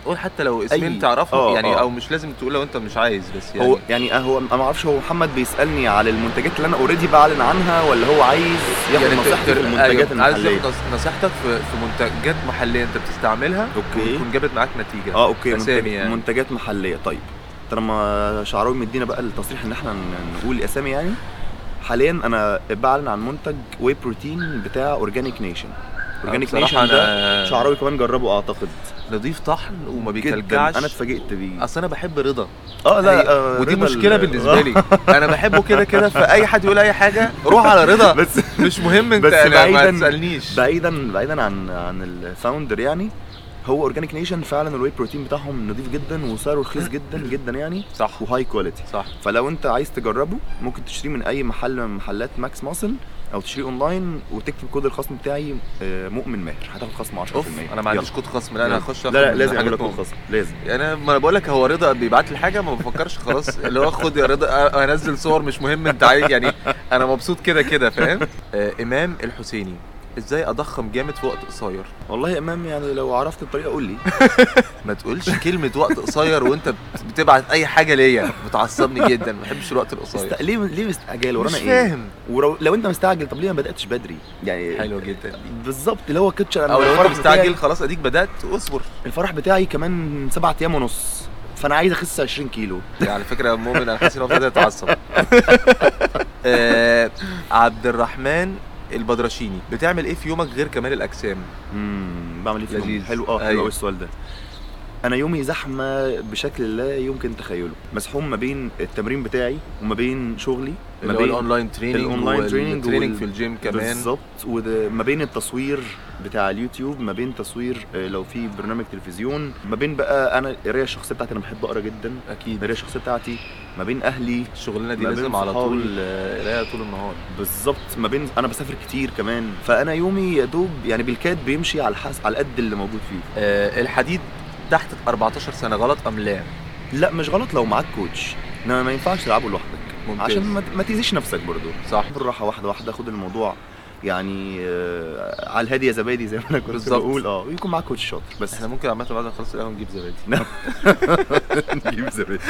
قول حتى لو اسمين
أي-
تعرفهم
آه،
يعني
آه.
او مش لازم تقول لو انت مش عايز بس يعني
هو يعني هو انا ما اعرفش هو محمد بيسالني على المنتجات اللي انا اوريدي بعلن عنها ولا هو عايز ياخد
يعني
نصيحتي في
تقدر-
المنتجات
أيوة، عايز
المحليه
تاخد نص- نصيحتك في في منتجات محليه انت بتستعملها
اوكي
وتكون جابت معاك نتيجه
اه اوكي
أسامي
منتج...
يعني.
يعني. منتجات محليه طيب طالما شعراوي مدينا بقى التصريح ان احنا ن- نقول اسامي يعني حاليا انا بعلن عن منتج واي بروتين بتاع اورجانيك نيشن اورجانيك
بصراحة
نيشن ده
أنا
شعراوي كمان جربه اعتقد
نضيف طحن
جداً.
وما بيكلكعش
انا اتفاجئت بيه
اصل انا بحب رضا
اه
هي-
لا آه،
ودي
رضا ال-
مشكله بالنسبه لي انا بحبه كده كده فاي حد يقول اي حاجه روح على رضا
بس
مش مهم انت
بس
أنا ما
بعيداً-
تسالنيش
بعيدا بعيدا عن عن الفاوندر يعني هو اورجانيك نيشن فعلا الواي بروتين بتاعهم نضيف جدا وسعره رخيص جدا جدا يعني
صح
وهاي كواليتي
صح
فلو انت عايز تجربه ممكن تشتريه من اي محل من محلات ماكس ماسل او تشتريه اونلاين وتكتب كود الخصم بتاعي آه، مؤمن ماهر هتاخد خصم 10%
اوف انا ما عنديش كود خصم لا انا
يلا.
هخش
لا
أخد
لا
من
لازم
حاجة
اعمل لك
مؤمن.
كود خصم لازم
انا ما انا بقول لك هو رضا بيبعت لي حاجه ما بفكرش خلاص اللي هو خد يا رضا انزل صور مش مهم انت عايز يعني انا مبسوط كده كده فاهم آه امام الحسيني ازاي اضخم جامد في وقت قصير
والله يا امام يعني لو عرفت الطريقه قول لي
ما تقولش كلمه وقت قصير وانت بت- بتبعت اي حاجه ليا بتعصبني جدا ما بحبش الوقت القصير
است- ليه ليه مستعجل
طيب. مش
ورانا ايه
فاهم
ولو انت مستعجل طب ليه ما بداتش بدري يعني
حلو جدا دي
بالظبط اللي هو كابتشر
او لو انت
بتاعي
مستعجل خلاص اديك بدات اصبر
الفرح بتاعي كمان سبعة ايام ونص فانا عايز اخس 20 كيلو
يعني على فكره يا مؤمن انا حاسس ان هو ابتدى يتعصب آه، عبد الرحمن البدرشيني بتعمل ايه في يومك غير كمال الاجسام
امم بعمل ايه في
لذيذ.
يومي؟ حلو اه حلو
أيوة.
قوي السؤال ده انا يومي زحمه بشكل لا يمكن تخيله مسحوم ما بين التمرين بتاعي وما بين شغلي ما
اللي هو
بين
الاونلاين تريننج
الأونلاين
والتريننج
تريننج وال-
في الجيم كمان
بالظبط وده- ما بين التصوير بتاع اليوتيوب ما بين تصوير آه، لو في برنامج تلفزيون ما بين بقى انا القرايه الشخصيه بتاعتي انا بحب اقرا جدا
اكيد
القرايه الشخصيه بتاعتي ما بين اهلي
الشغلانه دي
ما بين
لازم على
صحابي.
طول آه، قرايه طول النهار
بالظبط ما بين انا بسافر كتير كمان فانا يومي يا دوب يعني بالكاد بيمشي على حس... على قد اللي موجود فيه
آه، الحديد تحت ال 14 سنه غلط ام لا
لا مش غلط لو معاك كوتش انما ما ينفعش تلعبه لوحدك
ممتاز.
عشان ما, ما تاذيش نفسك برضو
صح
بالراحه واحده واحده خد الموضوع يعني آه على الهادي يا زبادي زي ما انا كنت
بالظبط.
بقول اه ويكون معاك كوتش شاطر بس
احنا ممكن عامه بعد ما نخلص القهوه نجيب زبادي
نجيب زبادي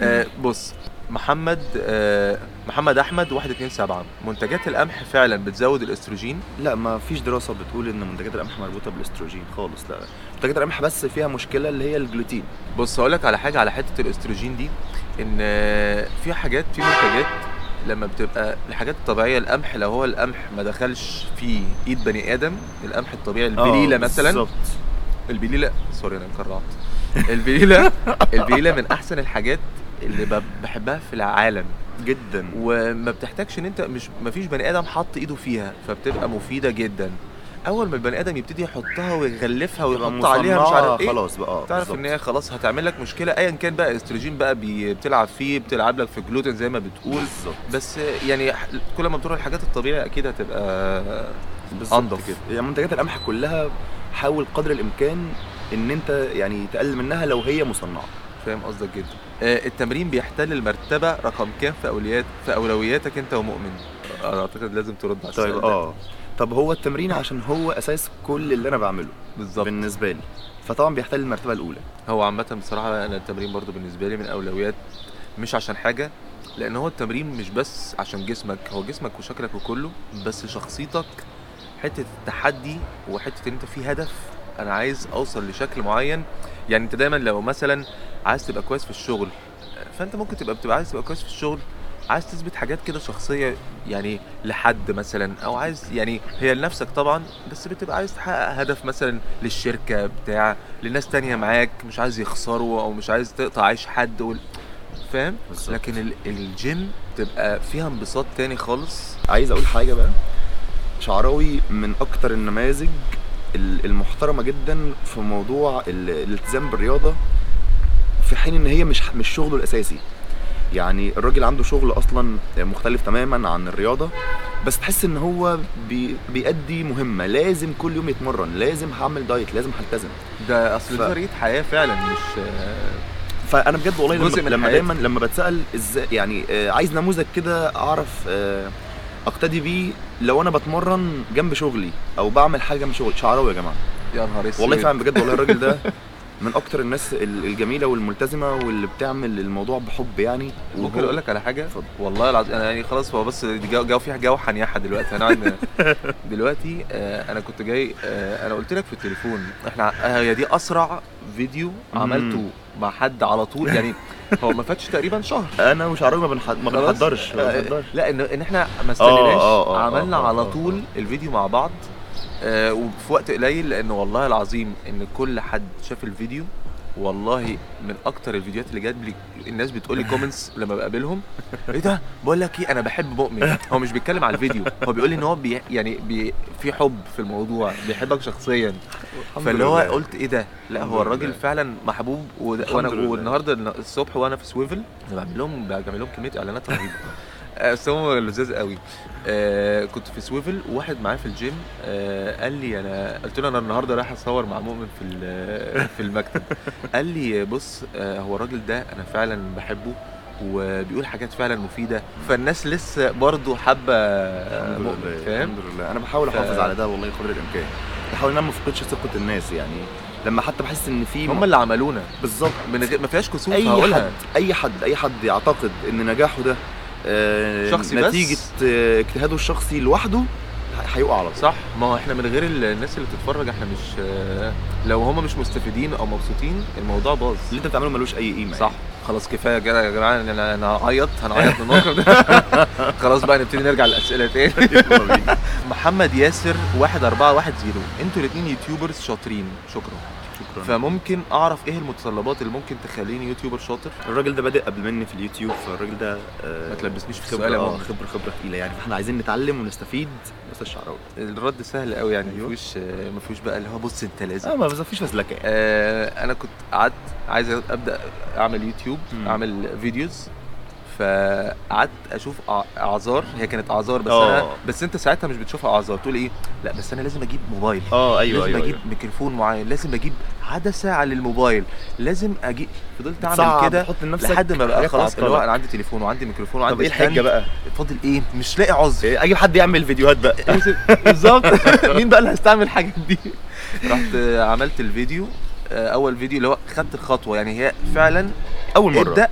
آه، بص محمد آه، محمد احمد 127 منتجات القمح فعلا بتزود الاستروجين
لا ما فيش دراسه بتقول ان منتجات القمح مربوطه بالاستروجين خالص لا منتجات القمح بس فيها مشكله اللي هي الجلوتين
بص هقول لك على حاجه على حته الاستروجين دي ان آه، في حاجات في منتجات لما بتبقى الحاجات الطبيعيه القمح لو هو القمح ما دخلش في ايد بني ادم القمح الطبيعي البليله
آه،
مثلا
بالظبط
البليله سوري انا انكرعت البليله البليله من احسن الحاجات اللي ب- بحبها في العالم
جدا
وما بتحتاجش ان انت مش ما فيش بني ادم حط ايده فيها فبتبقى مفيده جدا اول ما البني ادم يبتدي يحطها ويغلفها
يبقى
ويحط عليها مش
مصنعة
عارف ايه
خلاص بقى آه،
تعرف ان
بالظبط.
هي خلاص هتعمل لك مشكله ايا كان بقى استروجين بقى بي- بتلعب فيه بتلعب لك في جلوتين زي ما بتقول
بالظبط
بس يعني ح- كل ما بتروح الحاجات الطبيعيه اكيد هتبقى
بالظبط
أنضف.
كده يعني منتجات القمح كلها حاول قدر الامكان ان انت يعني تقلل منها لو هي مصنعه
فاهم قصدك جدا آه، التمرين بيحتل المرتبه رقم كام في اولويات في اولوياتك انت ومؤمن انا اعتقد لازم ترد على السؤال
طيب
ده.
اه طب هو التمرين عشان هو اساس كل اللي انا بعمله
بالظبط
بالنسبه لي فطبعا بيحتل المرتبه الاولى
هو عامة بصراحة أنا التمرين برضو بالنسبة لي من أولويات مش عشان حاجة لأن هو التمرين مش بس عشان جسمك هو جسمك وشكلك وكله بس شخصيتك حتة التحدي وحتة إن أنت في هدف أنا عايز أوصل لشكل معين يعني أنت دايما لو مثلا عايز تبقى كويس في الشغل فأنت ممكن تبقى بتبقى عايز تبقى كويس في الشغل عايز تثبت حاجات كده شخصية يعني لحد مثلا أو عايز يعني هي لنفسك طبعا بس بتبقى عايز تحقق هدف مثلا للشركة بتاع لناس تانية معاك مش عايز يخسروا او مش عايز تقطع عيش حد وال... فاهم
بالظبط.
لكن ال- الجيم تبقى فيها انبساط تاني خالص
عايز اقول حاجه بقى شعراوي من اكتر النماذج ال- المحترمه جدا في موضوع ال- الالتزام بالرياضه في حين ان هي مش مش شغله الاساسي يعني الراجل عنده شغل اصلا مختلف تماما عن الرياضه بس تحس ان هو بي بيأدي مهمه لازم كل يوم يتمرن لازم هعمل دايت لازم هلتزم
ده اصل
ف-
دي طريقه حياة فعلا مش
فانا بجد والله
جزء
لما,
من
لما
حياتي.
دايما لما بتسال ازاي يعني آه، عايز نموذج كده اعرف آه، اقتدي بيه لو انا بتمرن جنب شغلي او بعمل حاجه جنب شغلي شعراوي يا جماعه
يا نهار اسود
والله فعلا بجد والله الراجل ده من اكتر الناس ال- الجميله والملتزمه واللي بتعمل الموضوع بحب يعني
ممكن
وهو-
اقول لك على حاجه
اتفضل.
والله العظيم انا يعني خلاص هو بس جو, جو فيها جو حنيحه دلوقتي هنقعد دلوقتي آه انا كنت جاي آه انا قلت لك في التليفون احنا ع- آه، هي دي اسرع فيديو عملته مع حد على طول يعني هو ما فاتش تقريبا شهر
انا وشعراوي ما بنح- ما
خلاص؟
بنحضرش ما
آه،
بنحضرش
لا ان ان احنا ما استنيناش
آه، آه،
عملنا
آه، آه،
على
آه،
طول الفيديو مع بعض آه، وفي وقت قليل لان والله العظيم ان كل حد شاف الفيديو والله من اكتر الفيديوهات اللي جات لي الناس بتقول لي كومنتس لما بقابلهم ايه ده بقول لك ايه انا بحب مؤمن هو مش بيتكلم على الفيديو هو بيقول لي ان هو بي يعني بي في حب في الموضوع بيحبك شخصيا فاللي هو
لله.
قلت ايه ده لا
الحمد
هو الراجل
لله.
فعلا محبوب وده- وانا
الحمد لله.
والنهارده الصبح وانا في سويفل أنا بعمل لهم بعمل لهم كميه اعلانات رهيبه آه، بس هم لذاذ قوي آه كنت في سويفل وواحد معايا في الجيم آه قال لي انا قلت له انا النهارده رايح اصور مع مؤمن في ال- في المكتب قال لي بص آه هو الراجل ده انا فعلا بحبه وبيقول حاجات فعلا مفيده فالناس لسه برضه حابه
الحمد
مؤمن
لله
فاهم
الحمد لله انا آه، بحاول احافظ
ف-
على ده والله قدر الامكان بحاول ان انا ما افقدش ثقه الناس يعني لما حتى بحس ان في
هم اللي عملونا
بالظبط
من غير ما فيهاش كسوف
اي
هقولها
حد اي حد اي حد يعتقد ان نجاحه ده آه،
شخصي بس؟
نتيجه آه، اجتهاده الشخصي لوحده ه- هيقع على طول
صح ما هو احنا من غير ال- الناس اللي بتتفرج احنا مش لو هم مش مستفيدين او مبسوطين الموضوع باظ
اللي انت بتعمله ملوش يعني. اي قيمه
صح خلاص كفايه كده يا جماعه انا انا هعيط هنعيط من الموقف ده خلاص بقى نبتدي نرجع للاسئله تاني
يلا بينا.
محمد ياسر 1410 انتوا الاثنين يوتيوبرز شاطرين شكرا
شكرا
فممكن اعرف ايه المتطلبات اللي ممكن تخليني يوتيوبر شاطر
الراجل ده بادئ قبل مني في اليوتيوب فالراجل ده آه،
ما تلبسنيش في السؤال
خبره
يا
آه،
ماما
خبره خبره تقيله يعني فاحنا عايزين نتعلم ونستفيد بس الشعراوي
الرد سهل قوي يعني ما فيهوش ما فيهوش بقى اللي هو بص انت لازم
اه ما فيش فزلكه يعني
آه، انا كنت قعدت عايز ابدا اعمل يوتيوب
مم.
اعمل فيديوز فقعدت اشوف أع- اعذار هي كانت اعذار بس
آه.
انا بس انت ساعتها مش بتشوفها اعذار تقول ايه لا بس انا لازم اجيب موبايل
اه ايوه
لازم
ايوه
اجيب
أيوة.
ميكروفون معين لازم اجيب عدسه على الموبايل لازم اجيب فضلت
صعب،
اعمل كده
تحط لنفسك
لحد ما بقى
حاجات
خلاص اللي هو
تعطلك.
انا عندي تليفون وعندي ميكروفون وعندي
طب ايه الحجه
stand.
بقى؟
اتفضل ايه مش لاقي عذر
إيه، اجيب حد يعمل فيديوهات بقى
بالظبط مين بقى اللي هيستعمل الحاجات دي رحت آه، عملت الفيديو آه، اول فيديو اللي هو خدت الخطوه يعني هي فعلا
اول مره
ابدا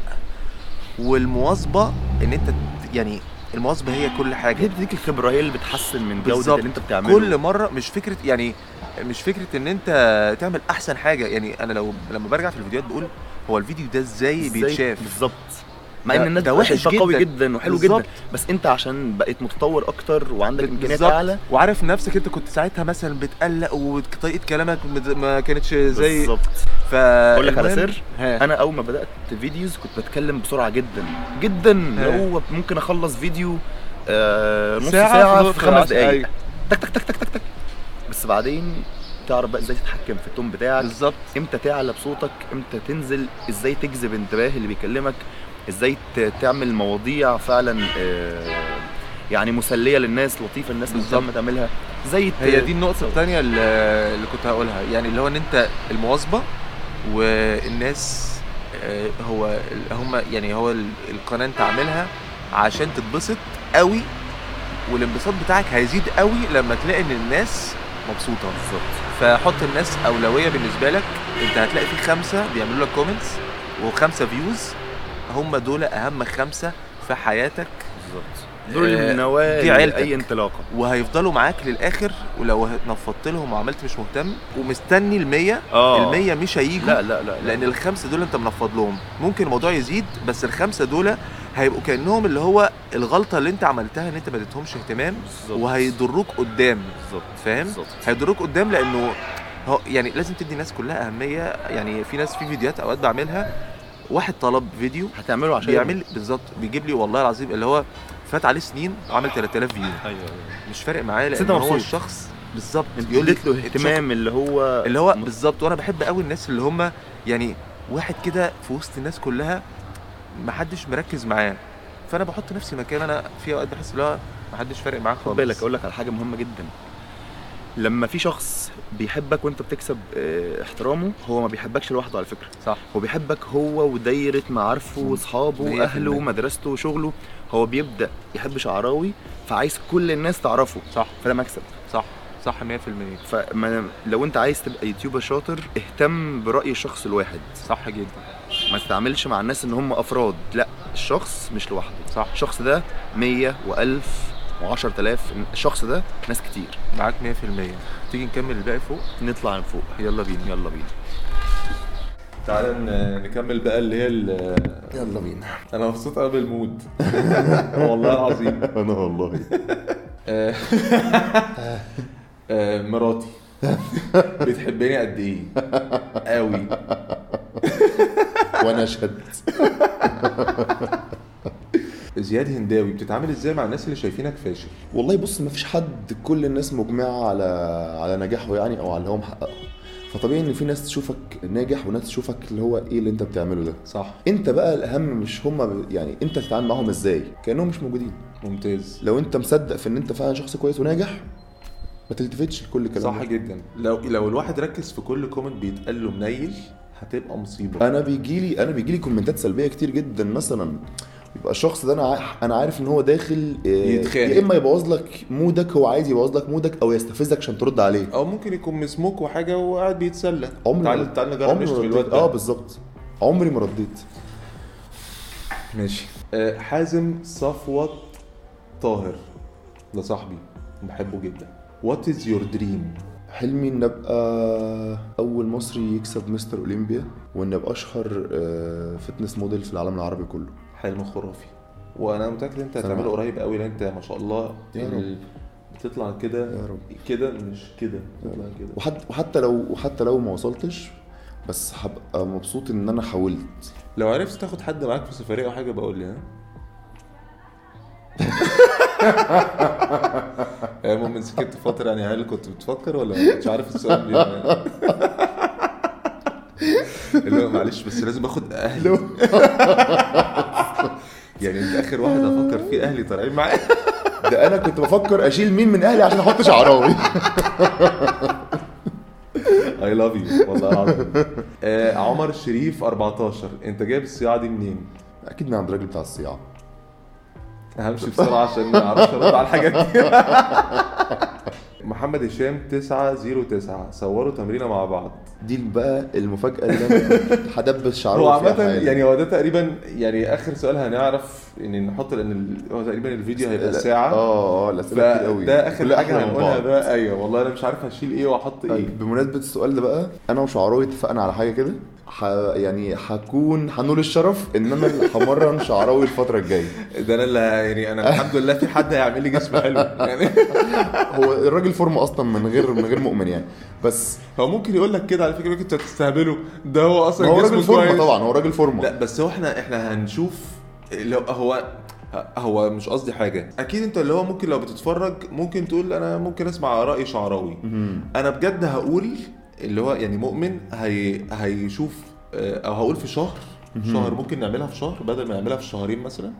والمواظبه ان انت ت- يعني المواظبه هي كل
هي
حاجه
بتديك الخبره هي اللي بتحسن من جوده
بالظبط.
اللي انت بتعمله
كل مره مش فكره يعني مش فكره ان انت تعمل احسن حاجه يعني انا لو لما برجع في الفيديوهات بقول هو الفيديو ده ازاي
إزاي؟
بيتشاف
بالظبط مع
ده-
ان الناس
ده
بتقول
وحش
انت قوي
جدا.
جدا وحلو
بالظبط.
جدا بس انت عشان بقيت متطور اكتر وعندك امكانيات
بالظبط.
اعلى
وعارف نفسك انت كنت ساعتها مثلا بتقلق وطريقه كلامك مد- ما كانتش زي
بالظبط
ف
اقول لك على سر
ها.
انا اول ما بدات فيديوز كنت بتكلم بسرعه جدا جدا
ها.
لو ممكن اخلص فيديو آه نص
ساعة
ساعه,
في
في خمس
عشر
دقائق
دقايق.
تك تك تك تك تك تك بس بس بعدين تعرف بقى ازاي تتحكم في التون بتاعك
بالظبط
امتى تعلى بصوتك امتى تنزل ازاي تجذب انتباه اللي بيكلمك ازاي ت- تعمل مواضيع فعلا آه، يعني مسليه للناس لطيفه الناس
بالظبط.
مهتمه تعملها زي ت-
هي دي النقطة التانية اللي اللي كنت هقولها يعني اللي هو ان انت المواظبة والناس آه، هو هم يعني هو ال- القناة انت عاملها عشان تتبسط قوي والانبساط بتاعك هيزيد قوي لما تلاقي ان الناس مبسوطة فحط الناس أولوية بالنسبة لك انت هتلاقي في خمسة بيعملوا لك كومنتس وخمسة فيوز هم دول أهم خمسة في حياتك
بالظبط دول
آه، دي
النوايا
عيلتك.
اي انطلاقه
وهيفضلوا معاك للاخر ولو نفضت لهم وعملت مش مهتم ومستني المية
اه
المية مش هيجوا
لا لا لا,
لان الخمسه دول انت منفض لهم ممكن الموضوع يزيد بس الخمسه دول هيبقوا كانهم اللي هو الغلطه اللي انت عملتها ان انت ما اديتهمش اهتمام
بالظبط.
وهيضروك قدام
بالظبط
فاهم
بالظبط.
هيضروك قدام لانه هو يعني لازم تدي الناس كلها اهميه يعني في ناس في فيديوهات اوقات بعملها واحد طلب فيديو
هتعمله عشان
بيعمل بالظبط بيجيب لي والله العظيم اللي هو فات عليه سنين عمل 3000 فيو
ايوه
مش فارق معايا
بس انت
لان هو
مبسوط.
الشخص بالظبط
يقول اديت له اهتمام اللي هو
اللي هو
م-
بالظبط وانا بحب قوي الناس اللي هم يعني واحد كده في وسط الناس كلها محدش مركز معاه فانا بحط نفسي مكان انا في اوقات بحس اللي هو محدش فارق معاه
خد
خالص
بالك اقول لك على حاجه مهمه جدا لما في شخص بيحبك وانت بتكسب آه، احترامه هو ما بيحبكش لوحده على فكره
صح
هو بيحبك هو ودايره معارفه واصحابه
مية في
واهله
المية.
ومدرسته وشغله هو بيبدا يحب شعراوي فعايز كل الناس تعرفه
صح
فده مكسب
صح صح 100%
فلو انت عايز تبقى يوتيوبر شاطر اهتم براي الشخص الواحد
صح جدا
ما تتعاملش مع الناس ان هم افراد لا الشخص مش لوحده
صح
الشخص ده 100 و1000 و10000 الشخص ده ناس كتير
معاك 100% تيجي نكمل الباقي فوق
نطلع لفوق يلا بينا يلا بينا
تعالى نكمل بقى اللي هي
يلا بينا
انا مبسوط قوي بالمود والله العظيم
انا والله
آه، مراتي بتحبني قد ايه قوي
وانا اشهد
زياد هنداوي بتتعامل ازاي مع الناس اللي شايفينك فاشل
والله بص مفيش حد كل الناس مجمعه على على نجاحه يعني او على اللي هو محققه فطبيعي ان في ناس تشوفك ناجح وناس تشوفك اللي هو ايه اللي انت بتعمله ده
صح
انت بقى الاهم مش هما يعني انت تتعامل معاهم ازاي كانهم مش موجودين
ممتاز
لو انت مصدق في ان انت فعلا شخص كويس وناجح ما تلتفتش لكل الكلام
صح
ده.
جدا لو لو الواحد ركز في كل كومنت بيتقال له منيل هتبقى مصيبه
انا بيجي لي انا بيجي لي كومنتات سلبيه كتير جدا مثلا يبقى الشخص ده انا ع- انا عارف ان هو داخل آه،
يتخانق.
يا اما يبوظ لك مودك هو عايز يبوظ لك مودك او يستفزك عشان ترد عليه
او ممكن يكون مسموك وحاجه وقاعد بيتسلى
عمري
تعال تعال نجرب
عمري ما
نشتم
رديت
الواد
اه
ده
بالظبط عمري ما رديت
ماشي آه، حازم صفوت طاهر ده صاحبي بحبه جدا وات از يور دريم
حلمي ان ابقى اول مصري يكسب مستر اولمبيا وان ابقى اشهر آه، فتنس موديل في العالم العربي كله
حلم خرافي وانا متاكد انت
سلام.
هتعمله قريب قوي لان انت ما شاء الله
يا رب.
ال- بتطلع كده
يا رب
كده مش كده بتطلع كده
وحتى وحتى لو وحتى لو ما وصلتش بس هبقى مبسوط ان انا حاولت
لو عرفت تاخد حد معاك في سفريه او حاجه بقول لي ها يا مؤمن سكت فترة يعني هل كنت بتفكر ولا ما كنتش عارف السؤال ليه؟ اللي هو معلش بس لازم اخد اهلي يعني انت اخر واحد افكر فيه اهلي طالعين معايا
ده انا كنت بفكر اشيل مين من اهلي عشان احط شعراوي
اي لاف يو والله العظيم آه، عمر شريف 14 انت جايب الصياعه دي منين؟
اكيد من عند الراجل بتاع الصياعه
همشي بسرعه عشان ما اعرفش ارد على الحاجات دي محمد هشام 909 صوروا تمرينه مع بعض
دي بقى المفاجاه اللي انا هدبس شعراوي
هو
فيها
عامة
حالا.
يعني هو ده تقريبا يعني اخر سؤال هنعرف ان نحط لان ال- هو تقريبا الفيديو هيبقى
لا،
ساعة
اه اه الاسئله كتير قوي
فده اخر
كلها
حاجة
أحلى من
هنقولها
بعض.
بقى ايوه والله انا مش عارف هشيل ايه واحط ايه
طيب بمناسبه السؤال ده بقى انا وشعراوي اتفقنا على حاجه كده ح... يعني هكون هنول الشرف ان انا اللي همرن شعراوي الفتره الجايه
ده انا اللي يعني انا الحمد لله في حد هيعمل لي جسم حلو يعني
هو الراجل فورمه اصلا من غير من غير مؤمن يعني بس
هو ممكن يقول لك كده على فكرة ممكن انت تستهبله ده هو
ما
اصلا
هو
جسمه كويس
راجل فورمه طبعا هو راجل فورمه
لا بس هو احنا احنا هنشوف لو هو هو مش قصدي حاجه اكيد انت اللي هو ممكن لو بتتفرج ممكن تقول انا ممكن اسمع راي شعراوي
مهم.
انا بجد هقول اللي هو يعني مؤمن هي هيشوف آه، او هقول في شهر شهر ممكن نعملها في شهر بدل ما نعملها في شهرين مثلا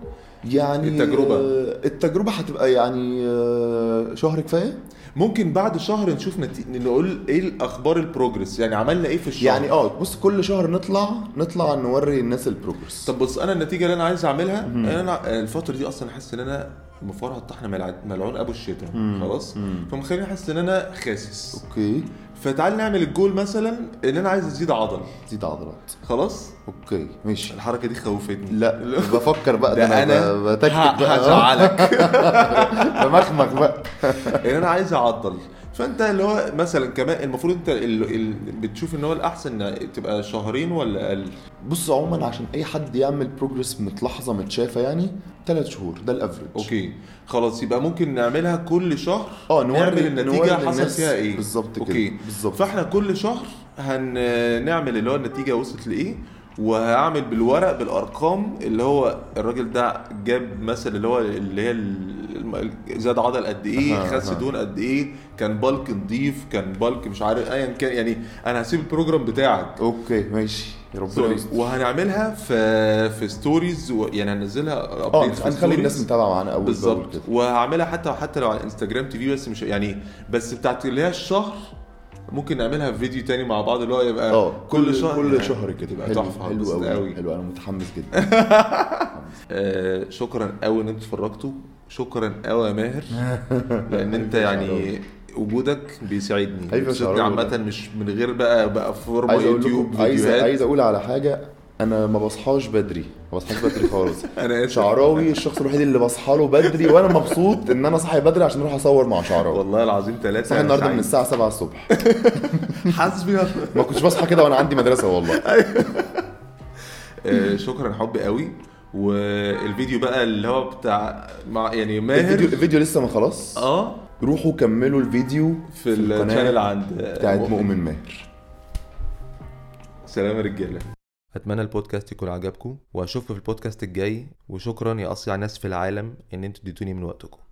يعني
التجربة.
آه، التجربه هتبقى يعني آه، شهر كفايه
ممكن بعد شهر نشوف نتي... نقول ايه الاخبار البروجرس يعني عملنا ايه في الشهر
يعني اه بص كل شهر نطلع نطلع نوري الناس البروجرس
طب بص انا النتيجه اللي انا عايز اعملها انا الفتره دي اصلا حاسس ان انا مفارقه الطحن ملع- ملعون ابو الشتاء خلاص فمخليني حاسس ان انا خاسس
اوكي
فتعال نعمل الجول مثلا ان انا عايز ازيد عضل
زيد عضلات
خلاص
اوكي ماشي
الحركه دي خوفتني
لا بفكر بقى
ده انا
ب- بتكتك
ه-
بقى
هزعلك
بمخمخ بقى
ان انا عايز اعضل فانت اللي هو مثلا كمان المفروض انت ال... ال... بتشوف ان هو الاحسن إن تبقى شهرين ولا اقل
بص عموما عشان اي حد يعمل بروجرس متلاحظه متشافه يعني ثلاث شهور ده الافرج
اوكي خلاص يبقى ممكن نعملها كل شهر
اه نوري-
نعمل
نوري
النتيجه حصل
للناس
فيها ايه
بالظبط كده،
اوكي
بالظبط.
فاحنا كل شهر هنعمل اللي هو النتيجه وصلت لايه وهعمل بالورق بالارقام اللي هو الراجل ده جاب مثلا اللي هو اللي هي ال- ال- زاد عضل قد ايه
أها،
خس
أها.
دهون قد ايه كان بالك نضيف كان بالك مش عارف ايا كان يعني انا هسيب البروجرام بتاعك
اوكي ماشي يا ربنا
سوري.
يستر
وهنعملها في في ستوريز و... يعني هننزلها
اه
updates في
هنخلي الناس
stories.
متابعه معانا اول بأول
بالظبط
كده
وهعملها حتى حتى لو على انستجرام تي في بس مش يعني بس بتاعت اللي هي الشهر ممكن نعملها في فيديو تاني مع بعض اللي هو يبقى
اه
كل شهر
كل
يعني
شهر كده
تبقى
حلو-
تحفه
حلو
هتبسط
قوي
قوي
حلو انا متحمس جدا
آه شكرا قوي ان انتوا اتفرجتوا شكرا قوي يا ماهر لان انت يعني وجودك بيسعدني
حبيبي يا
بيسعدني
شعراوي.
عامه مش من غير بقى بقى فورمه
أيوة، عايز اقول
يوتيوب
لكم عايز
فيديوهات
عايز اقول على حاجه انا ما بصحاش بدري ما بصحاش بدري خالص
انا آسف.
شعراوي الشخص الوحيد اللي بصحى له بدري وانا مبسوط ان انا صاحي بدري عشان اروح اصور مع شعراوي
والله العظيم ثلاثه
صحي النهارده من الساعه 7 الصبح
حسبي الله
ما كنتش بصحى كده وانا عندي مدرسه والله
آه، شكرا حب قوي والفيديو بقى اللي هو بتاع مع يعني
الفيديو,
ماهر
الفيديو لسه ما خلاص
اه
روحوا كملوا الفيديو
في
القناة
الشانل عند آه،
بتاعت مؤمن ماهر
سلام يا رجاله
اتمنى البودكاست يكون عجبكم واشوفكم في البودكاست الجاي وشكرا يا اصيع ناس في العالم ان انتوا اديتوني من وقتكم